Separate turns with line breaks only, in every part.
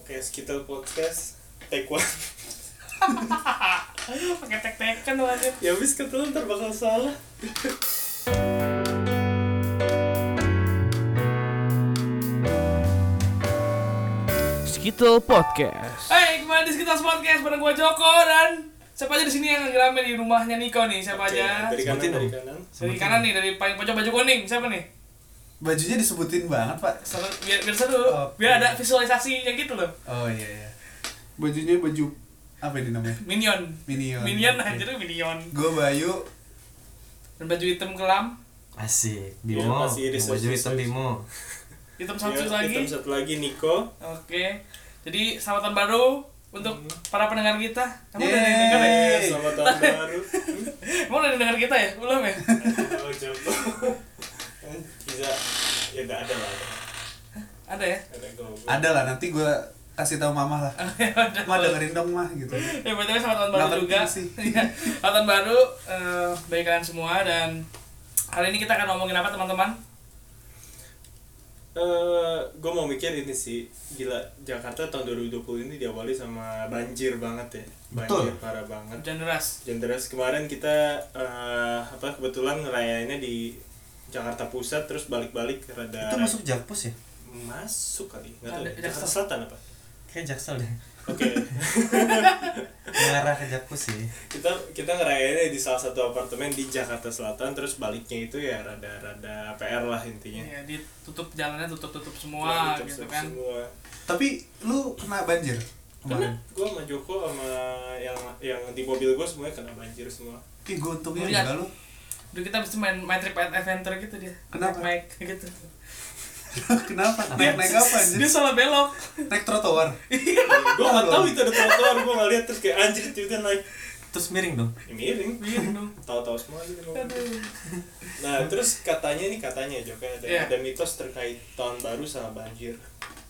Oke, sekitar podcast take one.
pakai tek tekan lagi
ya wis ketelan ntar bakal salah.
Skittle Podcast.
Hai, kembali di sekitar podcast bareng gua Joko dan siapa aja di sini yang ngerame di rumahnya Niko nih siapa
Oke,
aja
dari
dari,
kanan
Sebutin
dari
dong.
kanan.
kanan nih dari paling pojok baju kuning siapa nih
Bajunya disebutin banget, Pak.
Seru, biar, biar seru
Oke.
biar ada visualisasi yang gitu loh
Oh iya iya. Bajunya baju apa ini namanya?
minion
Minion.
minion
Oke.
anjir minion
Gue Bayu.
dan baju hitam kelam
Asik,
Iya,
Bimo.
masih
Yang
research,
baju hitam
research.
Bimo.
hitam
Ya,
satu
hitam
lagi
satu lagi Niko.
oke jadi selamat tahun baru untuk para pendengar kita kamu udah
Iya. Yeay.
dengar ya
Eh, Selamat tahun baru. Hmm,
kamu udah dengar kita ya belum ya
Oh, Joko. Eh, Bisa ya enggak ada lah. ada.
ada ya
Ada goblok.
Ada lah nanti gue kasih tahu mamah lah.
Yaudah,
Ma dengerin dong mah gitu.
ya btw selamat tahun baru
Nggak penting
juga
sih.
Iya, selamat tahun baru eh, bagi kalian semua dan hari ini kita akan ngomongin apa teman-teman
Eh, gue mau mikir ini sih gila Jakarta tahun 2020 ini diawali sama banjir banget ya banjir
Betul.
parah banget
hujan deras
Hujan deras kemarin kita eh, apa kebetulan ngerayainnya di Jakarta Pusat terus balik-balik rada
Itu masuk Jakpus ya?
masuk kali nggak tahu
Ada- ada
Jakarta
Jaksel.
Selatan apa
Kayak Jaksel deh.
oke
Mengarah ke Jakpus sih.
kita kita ngerayainnya di salah satu apartemen di Jakarta Selatan terus baliknya itu ya rada-rada PR lah
Iya.
intinya
ya ditutup jalannya tutup-tutup
Wah,
semua gitu kan
semua
Tapi lu kena banjir
karena
kemarin.
gue sama Joko sama yang yang di mobil gue semuanya kena banjir semua
Ih gue untungnya
Lihat.
juga lu.
Dulu kita mesti main My Trip Adventure gitu dia
Kenapa?
Naik gitu
Kenapa? Naik naik apa
Dia
anjir?
salah belok
Naik trotoar.
gue nggak tahu itu ada trotoar gue nggak lihat terus kayak anjir tiba-tiba naik
Terus miring dong.
Ya, miring
Biar Iya, dong
tahu-tahu semua gitu
Aduh
Nah, terus katanya nih katanya Jok ada,
Iya.
ada mitos terkait tahun baru sama banjir.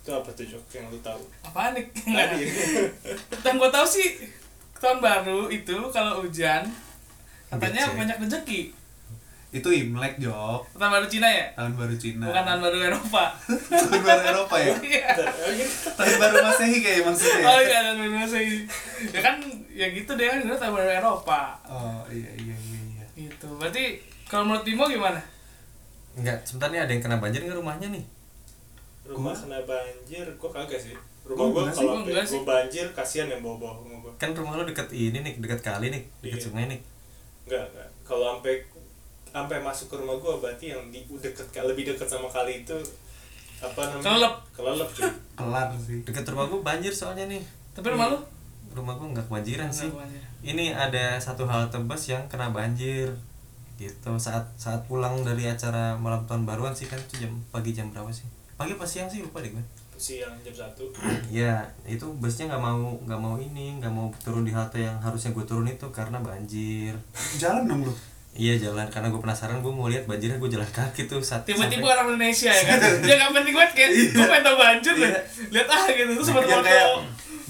Itu apa tuh Jok yang lu tahu?
Apaan nih?
Nah,
Tadi.
iya.
Yang gue tau sih Tahun baru itu kalau hujan Katanya
Becek.
banyak rezeki
Itu Imlek Jok.
Tahun baru Cina ya?
Tahun baru Cina.
Bukan tahun baru Eropa
Tahun baru Eropa ya.
Iya
Bentar, oke.
Tahun baru Masehi kayak maksudnya. ya?
Oh iya, dan benar sih. Ya kan, ya gitu deh kan gue tahu dari Eropa.
Oh iya iya iya. iya.
Gitu. Berarti kalau menurut Bimo gimana?
Enggak, sebentar nih ada yang kena banjir nggak rumahnya nih?
Rumah
Gua?
kena banjir, gua kagak sih. Rumah
Gua
gua
enggak sih,
kalau
gua enggak
gua
Oh, sih.
banjir kasihan yang bawa-bawa rumah gua.
Kan rumah lu deket ini nih, deket kali nih, deket
Iya.
sungai nih.
Enggak, enggak. Kalau sampai sampai masuk ke rumah gua berarti yang di deket lebih deket sama kali itu apa namanya?
Kelelep.
Kelelep cuy.
Kelar sih.
Deket rumah gua banjir soalnya nih.
Tapi rumah lu?
Rumah gua nggak kebanjiran Iya sih.
Enggak, banjir.
Ini ada satu halte bus yang kena banjir gitu saat saat pulang dari acara malam tahun baruan sih kan itu jam pagi jam berapa sih pagi apa siang sih lupa deh gue
Siang jam 1.
Ya itu busnya nggak mau nggak mau ini nggak mau turun di halte yang harusnya gue turun itu karena banjir.
Jalan dong lu.
Iya jalan karena gue penasaran gue mau lihat banjirnya gue jalan kaki tuh saat
Tiba-tiba
sampai-
orang Indonesia ya kan? ya gak penting banget kayak, gue pengen tau banjir deh. Lihat ah gitu, terus sempat
yang
foto.
kayak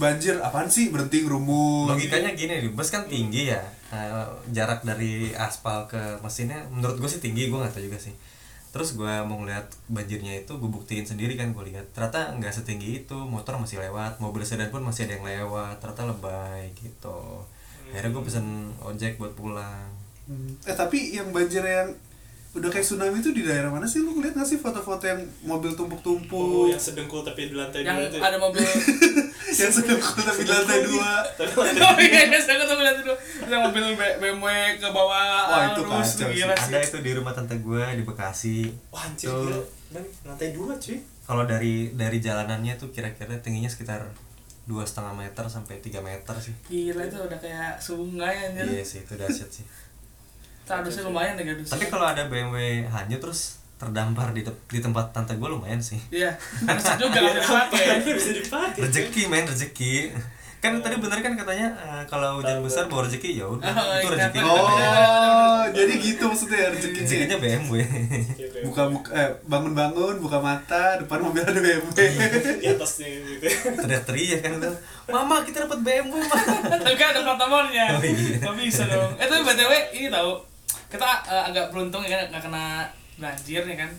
banjir apaan sih berhenti ngerumun gitu.
logikanya gini nih bus kan tinggi ya Nah, jarak dari aspal ke mesinnya menurut gue sih tinggi gue nggak tahu juga sih terus gue mau ngeliat banjirnya itu gue buktiin sendiri kan gue lihat ternyata nggak setinggi itu motor masih lewat mobil sedan pun masih ada yang lewat ternyata lebay gitu
Hmm.
akhirnya gue pesen ojek buat pulang
Hmm.
gitu.
eh tapi yang banjir yang udah kayak tsunami itu di daerah mana sih lu ngeliat gak sih foto-foto yang mobil
Oh,
tumpuk-tumpuk
yang gitu. sedengkul tapi di lantai
Yang
dua itu. ya.
ada mobil.
yang sedang tapi di lantai dua
Tapi
oh iya, iya, saya ketemu lihat dulu. Terus Yang mobil B- BMW ke bawah.
Wah, itu
arus,
kacau sih.
Gila
ada
sih.
itu di rumah tante gue di Bekasi
Wah, anjir
Tuh.
gila. Dan lantai dua cuy.
kalau dari dari jalanannya tuh kira-kira tingginya sekitar dua setengah meter sampai 3 meter sih
Gila itu udah kayak sungai
iya
anjir.
sih itu dahsyat sih
Tadusnya lumayan deh gadus.
tapi kalau ada BMW hanyut terus terdampar di, te- di tempat tante gue lumayan sih
Iya, harusnya juga gak bisa dipakai.
Apa yang bisa dipakai? cuy?
rezeki main rezeki kan tadi bener kan katanya eh, kalau hujan besar bawa rezeki ya udah
Oh,
itu
iya.
rezeki
oh jadi gitu maksudnya rezekinya
rezekinya BMW
Gitu.
buka buka eh, bangun-bangun buka mata depan mobil ada BMW
di atasnya gitu
teriak-teriak kan tuh mama kita dapat BMW mah
tapi kan ada plat nomornya
Oh, iya.
nggak bisa dong eh tapi btw ini tahu kita eh, agak beruntung ya kan nggak kena banjir ya kan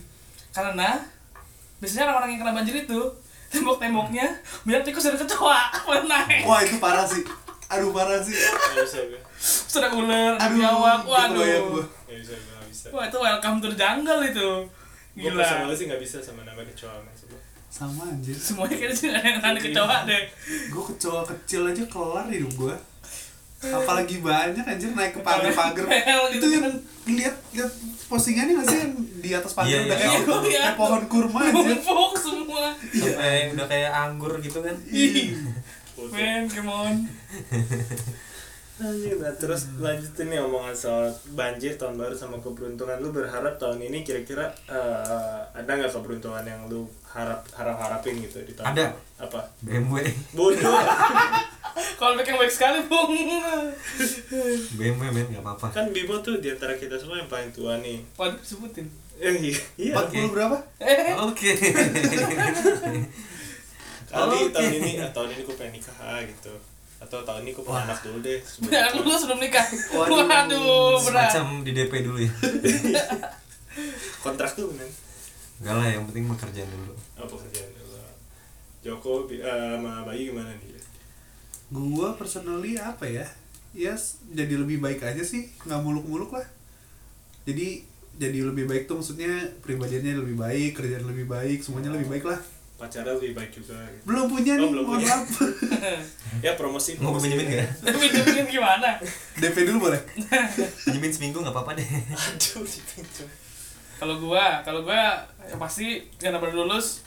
karena biasanya orang-orang yang kena banjir itu tembok-temboknya banyak tikus dan kecoa naik
Wah itu parah sih. Aduh parah sih.
nggak bisa gue
sudah ular
Aduh.
biawak
itu kebayang
waduh
gua.
nggak bisa gue nggak bisa
wah itu welcome to the jungle itu
gue
gila
personalnya sih nggak bisa sama nama kecoa masuk
Sama anjir.
semuanya kayaknya sih nggak ada yang tahan kecoa
Iya.
deh
Gue kecoa kecil aja kelar hidup gue. Apalagi banyak anjir naik ke pagar-pagar.
Kayak
itu
gitu
yang lihat lihat postingannya nggak sih yang di atas pagar
Iya, iya.
udah kayak,
Iya, gua lihat. Iya,
kayak pohon kurma anjir.
numpuk semua
sampai udah kayak anggur gitu kan
Ih.
foto
men come on
Lanjut, nah, terus lanjutin nih omongan soal banjir tahun baru sama keberuntungan lu berharap tahun ini kira-kira eh, ada nggak keberuntungan yang lu harap harap harapin gitu di tahun
Ada.
baru? apa
BMW
bodoh
kalau back yang baik sekali bung
BMW men nggak apa-apa
kan Bimo tuh di antara kita semua yang paling tua nih
waduh sebutin
Eh, iya iya
40 berapa?
eh
oke
kali
Oh, Oke.
tahun ini ah, tahun ini gue pengen nikah ah, gitu atau tahun ini gue punya anak dulu deh
jangan lulus sebelum nikah
Waduh.
waduh Oh, berat
semacam di DP dulu ya
kontrak tuh men
enggak lah yang penting pekerjaan dulu
apa kerjaan lu Joko bi- eh, sama Bayu gimana nih
Gue personally apa ya? Ya s- jadi lebih baik aja sih, nggak muluk-muluk lah. Jadi jadi lebih baik tuh maksudnya pribadiannya lebih baik, kerjaan lebih baik, semuanya lebih baik lah.
pacarnya lebih baik juga gitu.
Belum punya
Oh,
nih,
belum
mohon
punya.
maaf.
ya promosi
mau gue pinjemin nggak
tapi pinjemin gimana
DP dulu boleh?
pinjemin seminggu nggak apa-apa deh
aduh dipinjam
kalau gua kalau gua ya pasti karena baru lulus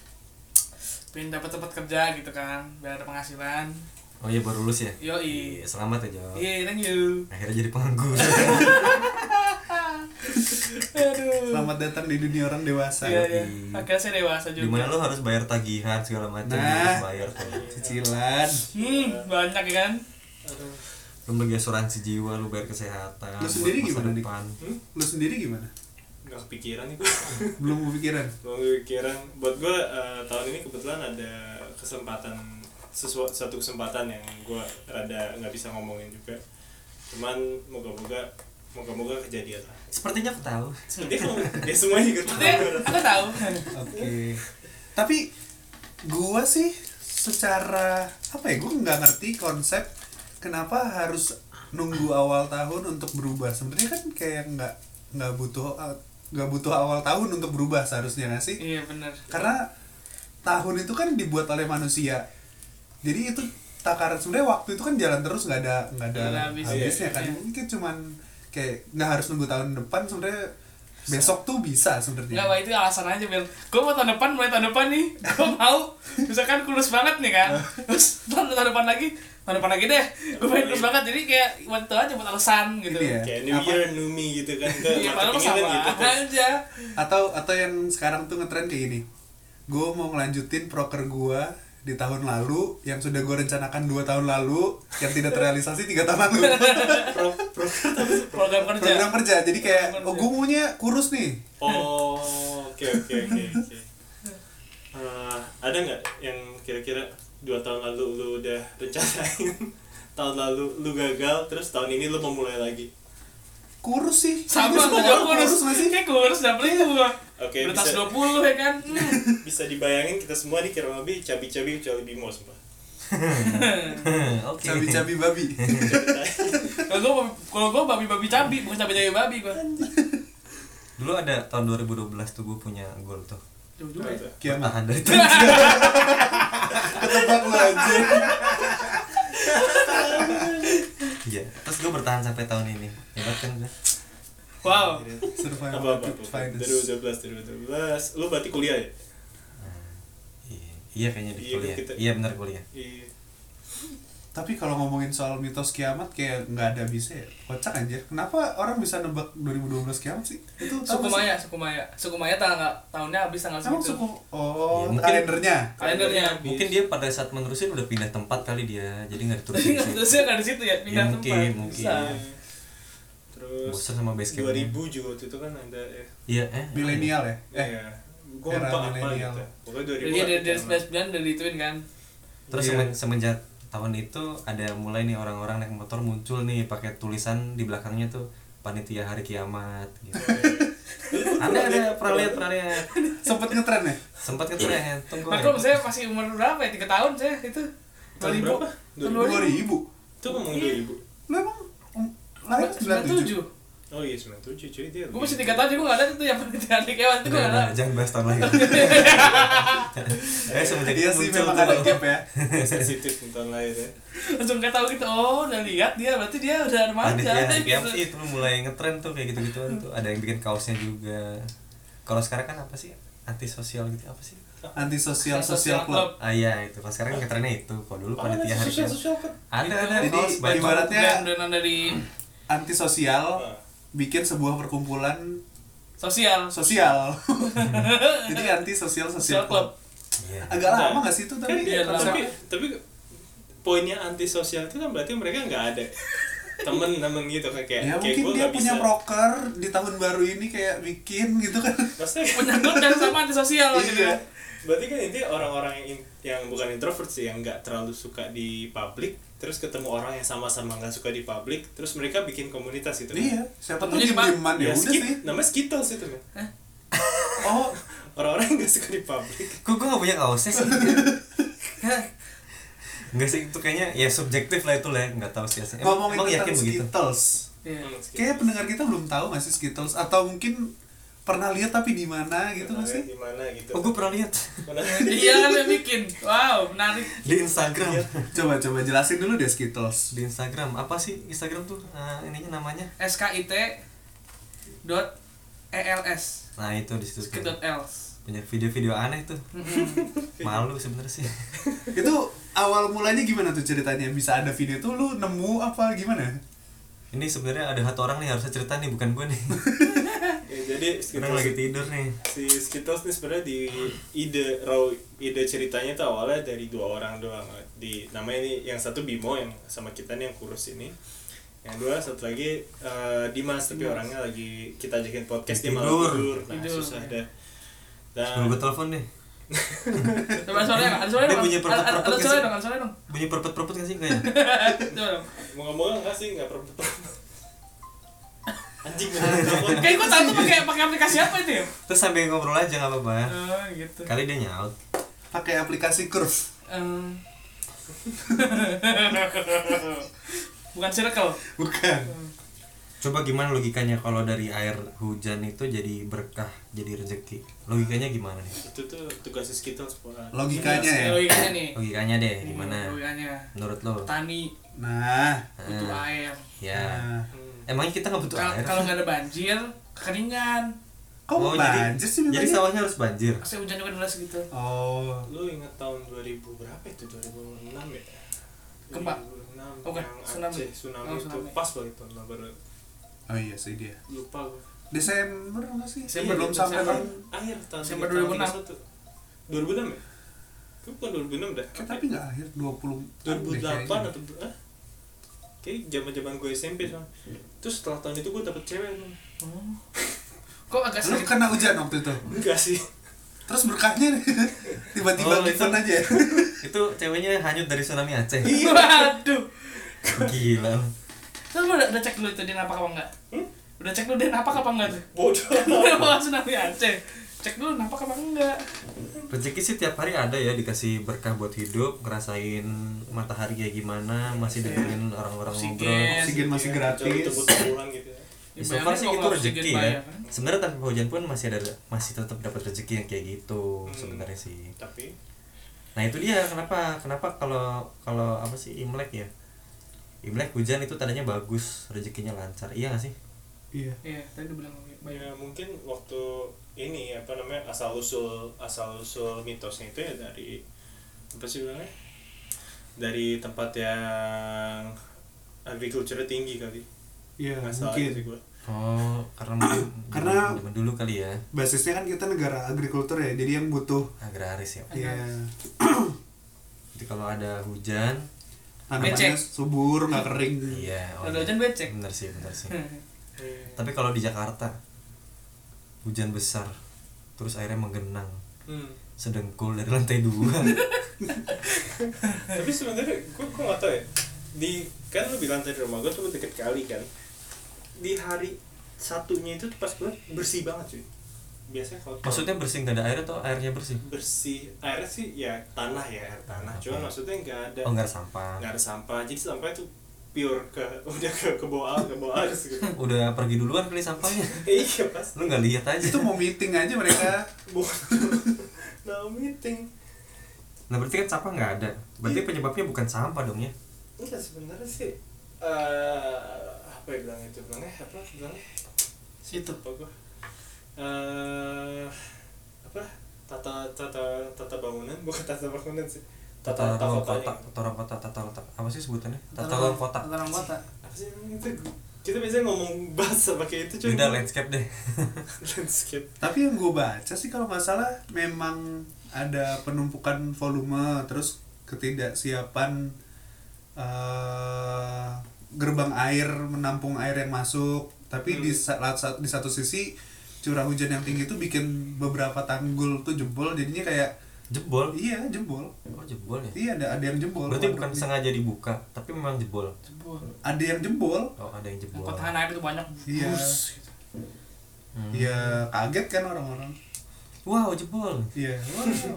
pengen dapat tempat kerja gitu kan biar ada penghasilan
oh iya baru lulus ya
Yoi.
Iya, selamat ya Jo
iya thank you
akhirnya jadi penganggur
aduh
Selamat datang di dunia orang dewasa.
iya iya akhirnya saya dewasa juga
dimana lo harus bayar tagihan segala macam
Nah.
harus bayar tuh.
Cicilan.
hmm banyak ya kan
Aduh.
belum lagi asuransi jiwa lu bayar kesehatan
Lu sendiri
buat masa
gimana, Dik?
depan.
Lu sendiri gimana?
nggak kepikiran nih gue
Belum kepikiran?
belum kepikiran buat gue eh, tahun ini kebetulan ada kesempatan sesuatu satu kesempatan yang gue rada nggak bisa ngomongin juga cuman moga-moga moga-moga kejadian lah
sepertinya aku tahu
Hmm.
seperti kalau dia semua juga tahu
Tapi Iya, aku tahu
Oke. Tapi gua sih secara apa ya? Gua nggak ngerti konsep kenapa harus nunggu awal tahun untuk berubah. Sebenarnya kan kayak nggak nggak butuh nggak butuh awal tahun untuk berubah seharusnya nggak sih?
iya benar
Karena tahun itu kan dibuat oleh manusia. Jadi itu takaran sebenarnya waktu itu kan jalan terus nggak ada nggak ada
Nggak ada habisnya.
habisnya kan
Iya.
mungkin cuman kayak nggak harus nunggu tahun depan sebenarnya besok tuh bisa sebenarnya
Enggak, Pak, itu alasan aja, Bel. Gue mau tahun depan, mulai tahun depan nih. Gue mau, misalkan kurus banget nih kan. Terus tahun, tahun depan lagi, tahun depan lagi deh. Gue pengen kurus banget, jadi kayak buat itu aja, buat alasan gitu.
Ini ya?
kayak new
Apa?
year new me gitu kan gue
Iya, padahal mah
marketingnya
sama
kan gitu kan
aja.
atau atau yang sekarang tuh ngetren kayak gini gue mau ngelanjutin proker gue di tahun lalu yang sudah gue rencanakan dua tahun lalu yang tidak terrealisasi tiga tahun lalu
pro pro
Program kerja.
program kerja jadi kayak
Program kerja.
oh gue maunya kurus nih
oh oke oke oke oke Eh, ada nggak yang kira-kira dua tahun lalu lu udah rencanain tahun lalu lu gagal terus tahun ini lu memulai lagi
kurus sih
Sama,
Kayaknya
gue
semua
juga
orang
kurus.
kurus nggak sih
Kayak kurus, dapet itu gue.
Oke,
Beratas
bisa.
20 ya kan. Hmm.
bisa dibayangin kita semua di Kirang lebih cabi-cabi kecuali Bimo semua
oke
cabi-cabi babi
Kalau gue, kalau gue babi-babi cabi, bukan cabi-cabi babi gue.
dulu ada tahun 2012 tuh gue punya goal tuh
Jauh juga ya.
kiamat
tahan dari
ketebak lu anjir
Iya, terus gue bertahan sampai tahun ini. Hebat kan gue?
Wow.
Iya. survival
apa apa
to finest
2012 2012 lu berarti kuliah ya
Iya, iya kayaknya di
Iya,
kuliah.
kita-
Iya benar kuliah.
iya
tapi kalau ngomongin soal mitos kiamat kayak nggak ada bisa ya kocak anjir kenapa orang bisa nebak 2012 kiamat sih itu apa
Suku
sih?
Maya, suku Maya. Suku Maya tanggal, tahunnya habis tanggal
Emang
segitu.
suku oh
Ya, mungkin-
kalendernya.
Kalendernya.
Habis.
Mungkin dia pada saat menerusin udah pindah tempat kali dia, jadi nggak
Tapi
diturusin.
nggak
Iya,
di situ.
terusnya nggak di situ ya pindah
Ya,
tempat.
mungkin, mungkin.
Bisa.
terus
Bosen sama base camp-nya.
2000 juga waktu itu kan ada eh
Iya, eh.
Milenial ya? Eh,
ya gue
era
lupa apa
milenial.
gitu pokoknya
Jadi
2000
dia Iya, dari
ada
dari
zaman.
19 bulan dari ituin kan.
Terus
Iya.
semen- semenjak tahun itu ada mulai nih orang-orang naik motor muncul nih pakai tulisan di belakangnya tuh panitia hari kiamat gitu. Anda ada pernah lihat pernah lihat.
Sempet ngetren ya?
Sempat ketren tunggu.
Maklum saya masih umur berapa ya? 3 tahun saya itu.
Tahun
2000.
berapa?
Tahun 2000.
Itu
2000
Iya.
ngomong 2000.
Lu emang um, lahir 97?
97.
Oh iya 97 cuy dia.
Gue masih 3 tahun jadi gue enggak ada itu yang penelitian adik hewan itu gue enggak ada.
Jangan bahas tahun lahir. Eh semenjak
Iya
itu
sih
muncul
memang
tuh.
ada gap ya
sensitif tentang lahir ya.
Langsung kayak tahu gitu. Oh, udah lihat dia berarti dia udah remaja.
Panitia
deh,
IPM
gitu.
sih itu mulai ngetren tuh kayak gitu-gituan tuh. Ada yang bikin kaosnya juga. Kalau sekarang kan apa sih? Antisosial gitu apa sih?
Antisosial Social Club
Ah iya itu. Kalau sekarang ngetrennya itu. Kalau dulu panitia hari
sosial
itu.
Oh, sosial kan.
Ada ada
Jadi,
kaos baju.
ibarat- Ibaratnya-
Dan dan dari
Antisosial bikin sebuah perkumpulan
sosial.
sosial Jadi antisosial Social Club
Iya.
Agak lama gak sih itu
Kan
tapi
dia,
Iya,
tapi
kenapa?
tapi poinnya antisosial itu kan berarti mereka nggak ada temen-temen gitu kan kayak
Ya
kayak
mungkin
gua
dia
nggak
punya
bisa.
proker di tahun baru ini kayak bikin gitu kan
Maksudnya
Menyangkut dan sama antisosial gitu.
Iya.
berarti kan intinya orang-orang yang in- yang bukan introvert sih yang nggak terlalu suka di publik terus ketemu orang yang sama-sama nggak suka di publik terus mereka bikin komunitas gitu kan.
Iya Siapa tuh
Jadi, Pak,
diem-dieman
ya,
ya udah
skit,
sih
namanya skittles itu kan
Oh
orang-orang yang nggak suka di publik
Kok gue gak punya kaosnya sih? Enggak sih, itu kayaknya ya subjektif lah itu lah ya. Nggak tahu sih aslinya. Emang,
ngomongin
emang yakin
tentang
begitu?
Skittles
Iya.
Hmm, Skittles.
Kayaknya pendengar kita belum tahu masih Skittles atau mungkin pernah lihat tapi di mana gitu
Nah,
nggak sih?
gimana gitu
Oh gue pernah lihat
Mana-
Iya kan yang bikin. Wow, menarik.
di Instagram
Iya. Coba coba jelasin dulu deh Skittles.
Di Instagram, apa sih Instagram tuh Ah, ininya namanya?
SKIT dot ELS.
Nah itu di situ
Skit
tuh.
dot E ELS.
Banyak video-video aneh tuh Malu sebenernya sih
Itu awal mulanya gimana tuh ceritanya? Bisa ada video tuh lu nemu apa gimana?
Ini sebenarnya ada satu orang nih harusnya cerita nih, bukan gue nih
ya, jadi skittles
Sekarang lagi tidur nih
si Skittles nih sebenarnya di ide raw ide ceritanya tuh awalnya dari dua orang doang di namanya ini yang satu Bimo yang sama kita nih yang kurus ini yang dua satu lagi eh, Dimas tapi orangnya lagi kita ajakin podcast dia malah
Tidur.
tidur nah
Tidur,
susah
ya.
deh dan
Sebelum gue telepon nih
Coba suaranya, ada suaranya
Dia
dong.
punya perpet-
Ada ada- ada
perpet
suaranya
gitu.
dong, ada suaranya dong.
Bunyi perpet-perpet gak sih kayaknya?
Coba dong.
mau ngomong nggak sih nggak perlu anjing beneran telepon.
Kayak gue tahu tuh pakai pakai aplikasi apa itu ya?
Terus sambil ngobrol aja gak apa-apa ya.
Oh, gitu.
Kali dia nyaut
Pakai aplikasi Curve.
Em. Bukan circle.
Bukan.
Coba gimana logikanya kalau dari air hujan itu jadi berkah, jadi rezeki? Logikanya gimana nih?
itu tuh tugas Skittles Iya. pokoknya.
Logikanya ya.
Logikanya Oh, nih.
Logikanya deh gimana?
Logikanya.
Menurut lo?
Petani
Nah.
butuh
Ah.
air.
Ya.
nah.
Hmm.
Emangnya kita nggak Oh, butuh
Kal-
air?
Kalau nggak ada banjir, kekeringan.
Kok
Oh, jadi,
banjir sih
jadi
memangnya?
sawahnya harus banjir.
Pasti hujan juga deras gitu.
Oh.
lu ingat tahun 2000 berapa itu 2006 ya
Gempa?
2006
Bukan,
yang
tsunami.
Aceh, tsunami
Oh,
itu
tsunami.
pas banget tahun lah, baru
Oh iya sih dia.
lupa gue
Desember nggak sih?
Desember,
belum
Desember.
sampai kan.
akhir tahun
Desember
tiga- tahun
2006.
31. 2006 ya Itu bukan 2006 dah
Kan
Kayak
Apa
tapi nggak akhir 20
ya? 2008
deh kayaknya.
atau eh? kayak zaman zaman gue SMP soalnya terus setelah tahun itu gue dapet cewek Bang.
Oh. Kok agak
Eh, Lu
sedikit
kena hujan waktu itu.
enggak sih
Terus berkahnya
Oh,
tiba-tiba
itu-
given
Iya
aja.
Itu ceweknya hanyut dari tsunami Aceh.
Iya.
Waduh.
Gila. lo.
Terus Kan lu udah, udah cek dulu itu dia napak apa enggak?
Hmm?
Udah cek dulu dia napak apa enggak tuh?
bodoh
Udah bawa tsunami Aceh. Cek dulu napak apa enggak?
Rezeki sih tiap hari ada ya dikasih berkah buat hidup, ngerasain matahari kayak gimana, masih dengerin orang-orang
Iya. Oksigen. Ya,
ngobrol.
Oksigen masih
Iya, kecuali
gratis.
tebu-tebuan gitu ya
Ya, so far sih itu rezeki
kan?
ya. Sebenarnya tanpa hujan pun masih ada masih tetap dapat rezeki yang kayak gitu
Hmm.
sebenarnya sih.
tapi
Nah itu dia kenapa kenapa kalau kalau apa sih Imlek ya? Imlek hujan itu tandanya bagus, rezekinya lancar. Iya gak sih?
Iya.
Iya, tadi udah bilang banyak.
Ya mungkin waktu ini apa namanya asal usul asal usul mitosnya itu ya dari apa sih bilangnya dari tempat yang agriculture tinggi kali
Iya,
nggak salah
mungkin.
sih gua
Oh, karena mungkin
Karena-
zaman dulu kali ya.
basisnya kan kita negara agrikultur ya jadi yang butuh
Agraris ya.
ya
Jadi kalau ada hujan,
tanamannya
Becek.
subur nggak kering
iya.
Hmm. Kalau ada hujan becek.
Bener sih, bener sih.
Iya.
Tapi kalau di Jakarta hujan besar terus airnya menggenang
hmm.
sedengkul dari lantai dua
tapi sebenarnya gua gua nggak tahu ya di kan lu bilang tadi rumah gua tuh deket kali kan di hari satunya itu pas gue bersih banget cuy biasanya kalau
Maksudnya bersih nggak ada air atau airnya bersih?
bersih airnya sih ya tanah ya air tanah cuman
Oke.
maksudnya nggak ada
Oh nggak ada sampah.
nggak ada sampah jadi sampah itu pure ke udah ke ke bawah ke bawah arus gitu
Udah pergi duluan kali sampahnya.
Eh, iya pas
Lu nggak lihat aja.
itu mau meeting aja mereka
nah meeting
Nah berarti kan sampah nggak ada. Berarti penyebabnya bukan sampah dong ya?
enggak sebenarnya sih eh apa ya bilang itu bilangnya apa bilangnya
situ
apa gua eh apa tata tata tata bangunan bukan tata bangunan sih tata
Tata
tata
ruang
kotanya
kota, tata ruang kota, tata letak. Apa sih sebutannya? Tata
Tata-
ruang kota.
tata ruang kota
apa sih namanya itu kita biasanya ngomong bahasa pakai itu cuy
Udah landscape deh.
landscape
tapi yang gue baca sih kalau nggak salah memang ada penumpukan volume terus ketidaksiapan eh, gerbang air menampung air yang masuk tapi
Hmm.
di saat saat- di satu sisi curah hujan yang tinggi itu bikin beberapa tanggul tuh jebol jadinya kayak
Jebol.
iya jebol
Oh jebol ya.
iya ada ada yang jebol
Berarti
Waduh,
bukan
ini-
sengaja dibuka, tapi memang jebol.
jebol
ada yang jebol
Oh ada yang jebol.
kota air itu banyak
Iya.
bus gitu.
Hmm.
iya kaget kan orang-orang
Wow jebol.
iya wow.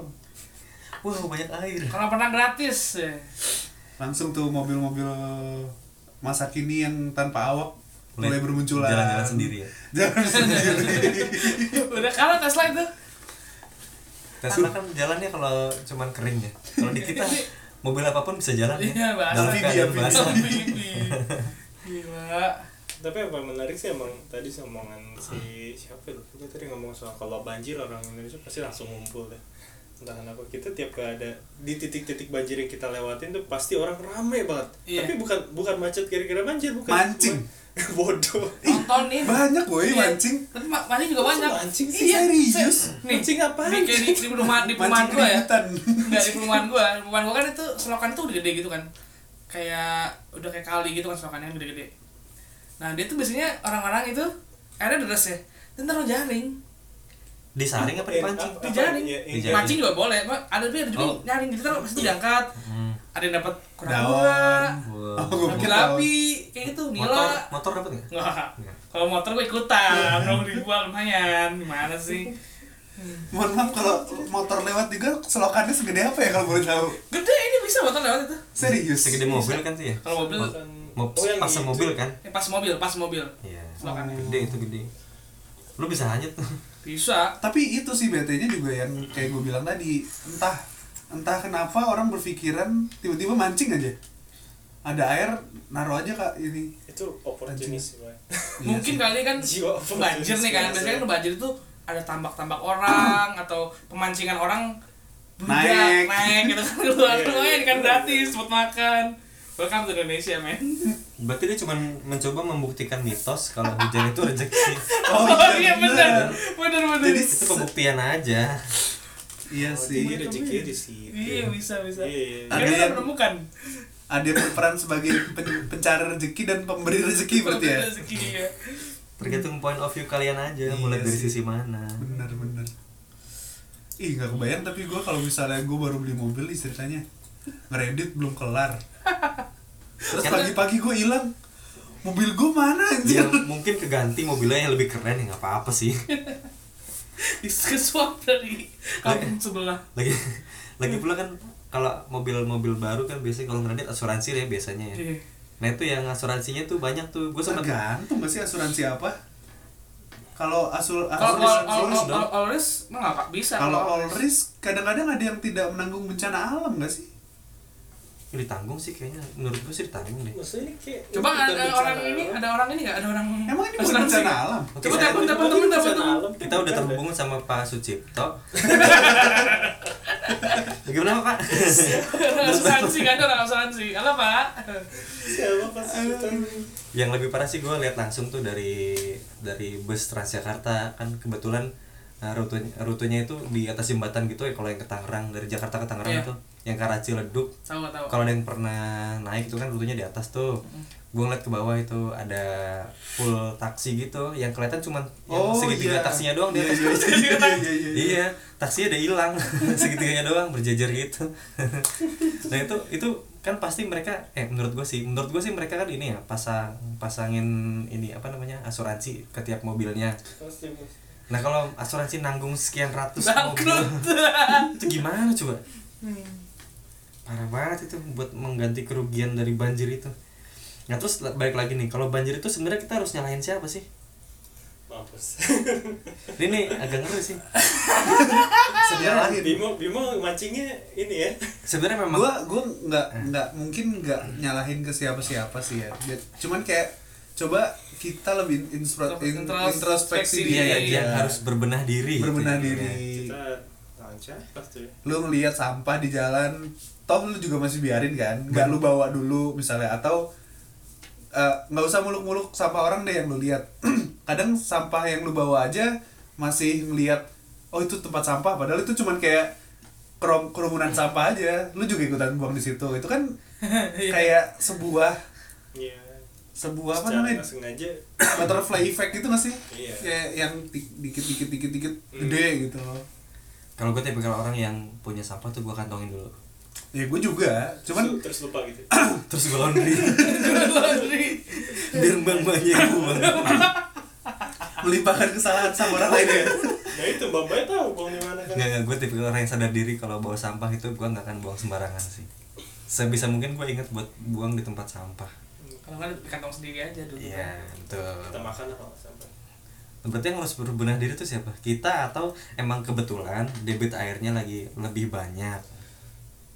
Wow banyak air.
karena pernah gratis ya.
langsung tuh mobil-mobil masa kini yang tanpa awak mulai, bermunculan
Jalan-jalan sendiri ya.
jalan sendiri
udah kalah Tesla itu
Tesla kan jalannya kalau cuman kering ya. Kalau di kita mobil apapun bisa jalan ya.
Iya, basah.
Dalam
Amfibi,
keadaan
amfibi.
basah.
Amfibi. gila
tapi apa yang menarik sih emang tadi sih omongan si siapa itu kita tadi ngomong soal kalau banjir orang Indonesia pasti langsung ngumpul deh entah kenapa kita tiap kali ada di titik-titik banjir yang kita lewatin tuh pasti orang rame banget
Iya.
tapi bukan bukan macet gara-gara banjir bukan
Mancing.
Bukan- bodoh
nonton nih
banyak woi
Iya.
mancing
tapi ma- mancing juga banyak
mancing sih,
Iya,
serius?
se- nih
mancing apaan
di, di, di perumahan di perumahan
mancing
gua ya
keributan
Enggak di perumahan gua. Di Perumahan gua kan itu selokan tuh udah gede gitu kan. Kayak udah kayak kali gitu kan selokannya yang gede-gede. Nah, dia tuh biasanya orang-orang itu airnya deres ya. Dan taruh jaring.
Disaring apa
Eh,
dipancing?
apa-
Di jaring.
iya, iya.
Dijaring.
Mancing juga boleh, Pak. Ada tapi ada juga
Oh.
jaring gitu taruh pasti diangkat.
Hmm.
Ada yang dapat
Daun.
kura-kura,
Wow.
oh gue pikir
lapi-lapi, kayak gitu,
Motor,
nila.
motor dapat nggak?
Wah,
Nggak.
kalau motor gue
Iya.
ikutan, dong dibuang lumayan, gimana sih?
tahu. mohon maaf kalau motor lewat juga selokannya segede apa ya kalau boleh tahu
Gede ini bisa motor lewat itu.
serius
Segede mobil kan sih ya?
Kalau mobil,
Mo- mo-
Oh, yang
pasang
itu.
mobil kan?
eh, pas mobil, pas mobil,
Iya.
selokan.
Gede itu gede. Lu bisa hanyut tuh.
Bisa,
tapi itu sih bete-nya juga yang kayak gue bilang tadi entah entah kenapa orang berpikiran tiba-tiba mancing aja ada air naruh aja kak ini
itu oportunis sih Pak.
Iya
mungkin
sih.
kali kan
Jiwa
banjir nih kan
opportunis.
biasanya kan banjir itu ada tambak-tambak orang atau pemancingan orang beludak,
Naik.
naik gitu kan keluar
Iya,
lumayan
iya.
kan gratis buat makan welcome to Indonesia men
Berarti dia cuma mencoba membuktikan mitos kalau hujan itu rezeki.
oh,
oh iya benar benar benar
Jadi
itu pembuktian aja.
Oh,
iya sih
dia rezeki di situ
iya bisa bisa
Iya.
kan
Ada
udah
yang-
menemukan
ada yang berperan sebagai pen- pencari rezeki dan pemberi rezeki berarti ya
rezeki ya
Tergantung point of view kalian aja, mulai
Iya
dari
sih.
sisi mana.
bener bener ih nggak kebayang tapi gue kalau misalnya gue baru beli mobil nih ceritanya ngeredit belum kelar terus
Karena-
pagi-pagi gue hilang mobil gue mana
Ya
anjir
mungkin keganti mobilnya yang lebih keren ya nggak apa-apa sih.
ke swap dari kampung sebelah
lagi lagi pula kan kalau mobil-mobil baru kan biasanya kalau ngeredit asuransi ya biasanya ya
Iya.
nah itu yang asuransinya tuh banyak tuh gue sempat
tergantung gak sih asuransi apa kalau asul
kalau all
asuransi
all
asuransi-
all-
dong.
all- all risk mah nggak Pak. bisa
kalau all risk kadang-kadang ada yang tidak menanggung bencana alam gak sih
ditanggung sih kayaknya menurut gue sih ditanggung deh
maksudnya ini kayak
coba
bukan
ada orang
bencana
ini
alam.
ada orang ini nggak ada orang
emang ini bukan
asuransi?
bencana alam
Oke,
Coba
saya-
telepon, telepon,
Ini
telepon,
bencana
telepon.
alam,
kita udah
bukan,
terhubung sama Pak Sucipto gimana Pak
asuransi kan ada orang asuransi halo pak
Siapa pas itu?
yang lebih parah sih gue lihat langsung tuh dari dari bus Transjakarta kan kebetulan uh, rutenya rutenya itu di atas jembatan gitu ya kalau yang ke Tangerang dari Jakarta ke Tangerang
Iya.
itu yang ke Arah Ciledug
tahu tahu
kalau ada yang pernah naik itu kan rutenya di atas tuh gue ngeliat ke bawah itu ada full taksi gitu yang kelihatan cuman yang segitiga
iya.
taksinya doang di
Iya,
atas
iya, iya, iya, iya, iya, iya.
iya taksinya ada hilang segitiganya doang berjejer gitu nah itu itu kan pasti mereka eh menurut gue sih menurut gue sih mereka kan ini ya pasang pasangin ini apa namanya asuransi ke tiap mobilnya
Pasti, Mas.
nah kalau asuransi nanggung sekian ratus mobil
Bangkrut.
itu gimana coba parah banget itu buat mengganti kerugian dari banjir itu nah terus la- balik lagi nih kalau banjir itu sebenarnya kita harus nyalahin siapa sih
Mampus.
ini nih agak ngeri sih
Sebenarnya
Bimo Bimo mancingnya ini ya.
sebenarnya memang
gue gue nggak nggak mungkin nggak nyalahin ke siapa siapa sih ya Ya, cuman kayak coba kita lebih inspro- in-
Intros-
introspeksi
introspeksi.
dia,
dia
ya, dia
ya.
harus berbenah diri
berbenah
gitu ya.
diri
Kita lancar pasti.
lu ngelihat sampah di jalan toh lu juga masih biarin kan nggak lu bawa dulu misalnya atau eh, nggak usah muluk-muluk sampah orang deh yang lu lihat kadang sampah yang lu bawa aja masih ngelihat oh itu tempat sampah padahal itu cuman kayak kerom- kerumunan sampah aja lu juga ikutan buang di situ itu kan kayak sebuah
Iya.
sebuah apa
Secara
namanya
nggak sengaja.
butterfly effect gitu nggak sih
Iya.
kayak yang ti- dikit dikit dikit dikit
Hmm.
gede gitu loh
kalau gue tipikal orang yang punya sampah tuh gue kantongin dulu
ya gue juga cuman
terus, terus lupa gitu.
terus gue laundry
Laundry.
biar bang banyak gue
melimpahkan kesalahan sama orang lain ya
nah itu bapaknya tahu buang di mana kan.
Iya.
nggak nggak gue tipikal orang yang sadar diri kalau bawa sampah itu gue nggak akan buang sembarangan sih sebisa mungkin gue inget buat buang di tempat sampah
Kalau nggak di kantong sendiri aja dulu.
iya
Kita
betul
makan apa sampai.
berarti yang harus berbenah diri itu siapa kita atau emang kebetulan debit airnya lagi lebih banyak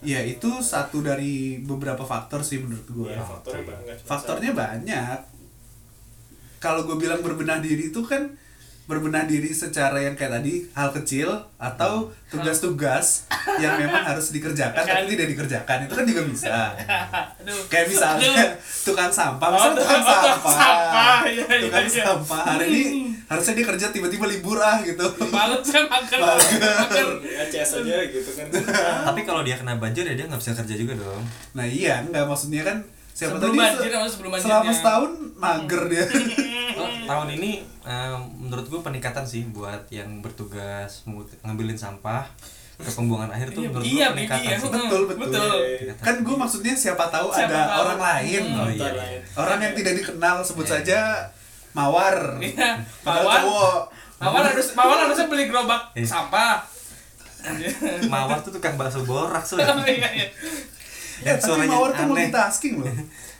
ya itu satu dari beberapa faktor sih menurut gue
Iya, faktornya
oke.
banyak.
faktornya banyak kalau gue bilang berbenah diri itu kan berbenah diri secara yang kayak tadi hal kecil atau tugas-tugas yang memang harus dikerjakan tapi tidak dikerjakan itu kan juga bisa
Aduh.
kayak misalnya tukang sampah misalnya
Oh,
tukang
tukang
sampah
sampah, iya, iya,
tukang
iya.
sampah hari ini harusnya dia kerja tiba-tiba libur ah gitu
Malu saya mager.
Mager.
Mager.
Ya CS aja gitu kan.
Iya,
tapi kalau dia kena banjir ya dia nggak bisa kerja juga dong
nah iya nggak maksudnya kan siapa
Sebelum
tadi se-
banjir, maksudnya sebelum
selama
banjirnya.
setahun mager dia
Oh, tahun ini eh, menurut gue peningkatan sih buat yang bertugas mengut- ngambilin sampah ke pembuangan akhir tuh
Iya,
menurut
iya,
gue peningkatan
iya.
sih.
betul betul,
Betul.
Peningkatan.
kan gue maksudnya siapa tahu
Siapa
ada
tahu. Hmm.
orang lain
Oh, iya,
Bentar
iya.
lah ya.
orang yang tidak dikenal sebut
Iya.
saja mawar
Iya,
Padahal
Mawar.
cowok
Mawar harus Mawar harusnya beli gerobak
Iya.
sampah.
mawar tuh tukang bakso borak
Oh,
so
iya, iya.
ya, tapi mawar tuh multitasking loh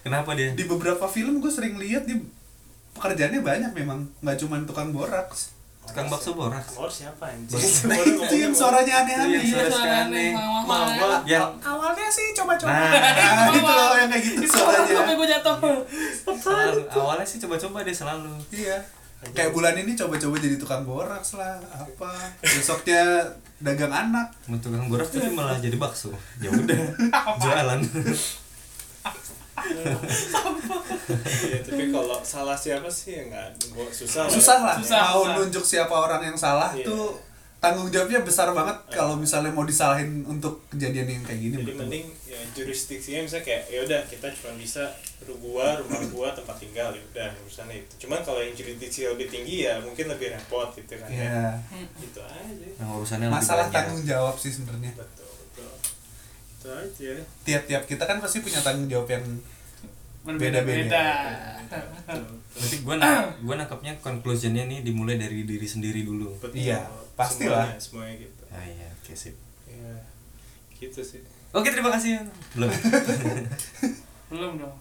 kenapa dia
di beberapa film gue sering lihat dia pekerjaannya banyak memang nggak cuma tukang boraks
tukang bakso borak
Mawar siapa anjing?
nah, itu yang suaranya aneh-aneh
Itu yang suara suka aneh.
Mawar.
yang
awalnya sih coba-coba
Ya, nah
nah,
Mawar.
gitu loh yang kayak gitu
Itu orang
suaranya
gue jatuh.
selalu- awalnya sih coba-coba dia selalu
iya kayak bulan ini coba-coba jadi tukang boraks lah apa besoknya dagang anak
Mau tukang borak tapi malah jadi bakso ya udah jualan
Iya, tapi kalau salah siapa sih ya nggak gua susah. lah ya.
susah lah
Susah,
mau
susah.
nunjuk siapa orang yang salah
Iya.
tuh tanggung jawabnya besar banget kalau misalnya mau disalahin untuk kejadian yang kayak gini
Jadi
menurut
mending ya, jurisdiksinya misalnya kayak ya udah kita cuma bisa ru- gua, rumah gua, tempat tinggal ya udah urusannya itu. Cuman kalau yang jurisdiksi lebih tinggi ya mungkin lebih repot gitu kan
gua.
ya.
ya
Gitu aja.
yang Nah, urusannya lebih
masalah
banyak.
tanggung jawab sih sebenarnya
Betul, betul. Itu aja. ya.
tiap-tiap kita kan pasti punya tanggung jawab yang
Berbeda-beda.
Betul.
berarti gue na gue nangkepnya conclusionnya nih dimulai dari diri sendiri dulu
Betul.
Iya, pastilah.
Semuanya, semuanya gitu.
ah iya oke sip
Ya. Gitu sih.
oke terima kasih belum
Belum dong.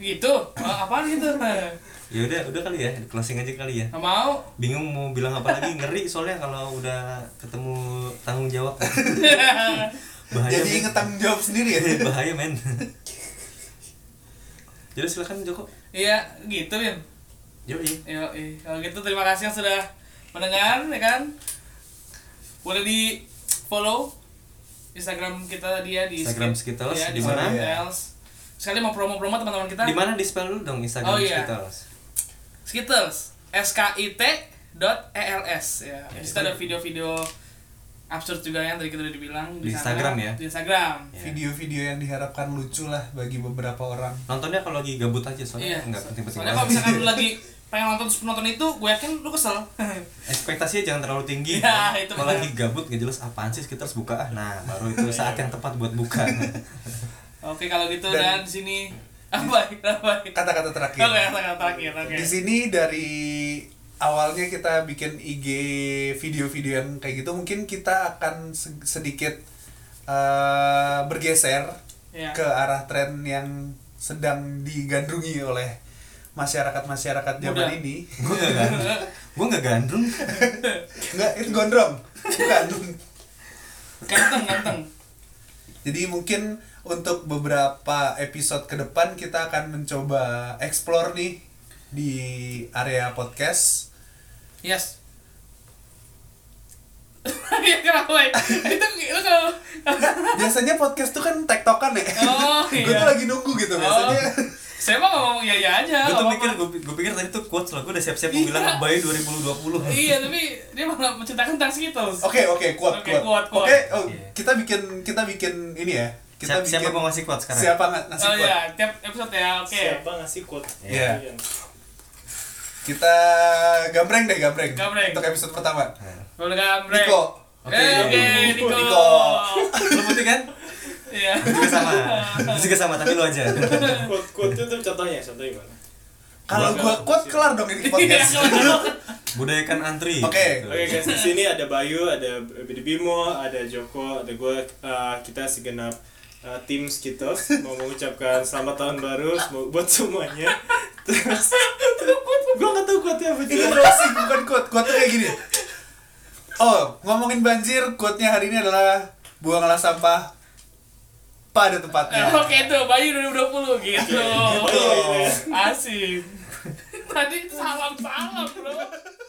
Gitu. Apa gitu? Nggak
ya udah udah kali ya closing aja kali ya
mau.
bingung mau bilang apa lagi ngeri soalnya kalau udah ketemu tanggung jawab bahaya
jadi
men.
inget tanggung jawab sendiri ya
Iya.
bahaya men jadi silakan Joko
Iya, gitu, Bin.
yoi
Yo, kalau gitu terima kasih yang sudah mendengar ya kan. Boleh di follow Instagram kita tadi ya di
Instagram
Skit-
Skitals,
ya,
di mana?
Skitals. Sekali mau promo-promo teman-teman kita.
di mana di spell dulu dong Instagram
Oh, iya.
kita
Skitals. S K I T dot E L S ya.
Ya,
Di situ ada video-video absurd juga yang tadi kita udah dibilang
Di
sana.
Instagram ya?
di Instagram
Ya.
Video-video yang diharapkan lucu lah bagi beberapa orang.
Nontonnya kalau lagi gabut aja soalnya
iya
nggak penting-penting
soalnya
banget.
kalau misalkan lu lagi pengen nonton terus nonton itu gue yakin lu kesel
Ekspektasinya jangan terlalu tinggi.
Ya, itu
kalau
benar.
lagi gabut nggak jelas apaan sih kita harus buka ah. Nah, baru
Iya,
itu saat yang tepat buat buka.
oke kalau gitu dan,
Dan-
di sini apa apa oke
Kata-kata terakhir.
kata terakhir oke
Di sini dari awalnya kita bikin IG video-video yang kayak gitu mungkin kita akan se- sedikit eh, bergeser
Iya.
ke arah tren yang sedang digandrungi oleh masyarakat-masyarakat zaman
Muda.
ini.
gue nggak gandrung. Gue nggak gandrung.
Enggak, itu gondrong. Bukan.
ganteng ganteng
Jadi mungkin untuk beberapa episode ke depan kita akan mencoba explore nih di area podcast.
yes Iya kenapa ya? Itu lu kalau
biasanya podcast tuh kan tektokan ya
Oh,
gue tuh
iya. Oh.
lagi nunggu gitu biasanya
saya mah ngomong ya ya aja.
Gue tuh
nggak
mikir,
apa-apa.
gue pikir tadi tuh quotes lah. Gue udah siap-siap mau bilang bye 2020.
Iya tapi dia malah menceritakan tentang Skittles.
oke oke kuat
Oke,
kuat
kuat, kuat.
oke oh,
Iya.
kita bikin kita bikin ini ya
Siapa,
kita
siapa
bikin
mau ngasih quotes sekarang?
siapa nggak ngasih
Oh
kuat
iya, tiap episode ya, oke.
Siapa ngasih quote?
Iya.
Kalian.
kita gambreng deh gambreng,
Gambreng.
untuk episode pertama
Nah.
Boleh gambreng.
Niko
Oke.
Eh, oke, Niko.
Niko.
Lu putih kan?
Iya.
Gue juga sama. Gue juga sama tapi lu aja.
Quote quote itu contohnya, contohnya gimana?
kalau
Gua-
gue kuat kelar dong ini podcast
Iya, kalau-
Budayakan antri. Gitu.
Oke.
Oke guys, di sini ada Bayu, ada Bidi Bimo, ada Joko, ada gue. Eh, kita segenap eh, tim Skitos mau mengucapkan selamat tahun baru semu- buat semuanya. Terus gue nggak tahu kuatnya apa
ini
cuy.
closing bukan kuat kuat tuh kayak gini oh ngomongin banjir kuatnya hari ini adalah buanglah sampah pada
Eh,
tempatnya
Oke itu Bayu 2020 gitu.
Gitu.
Asik. Tadi salam-salam, Bro.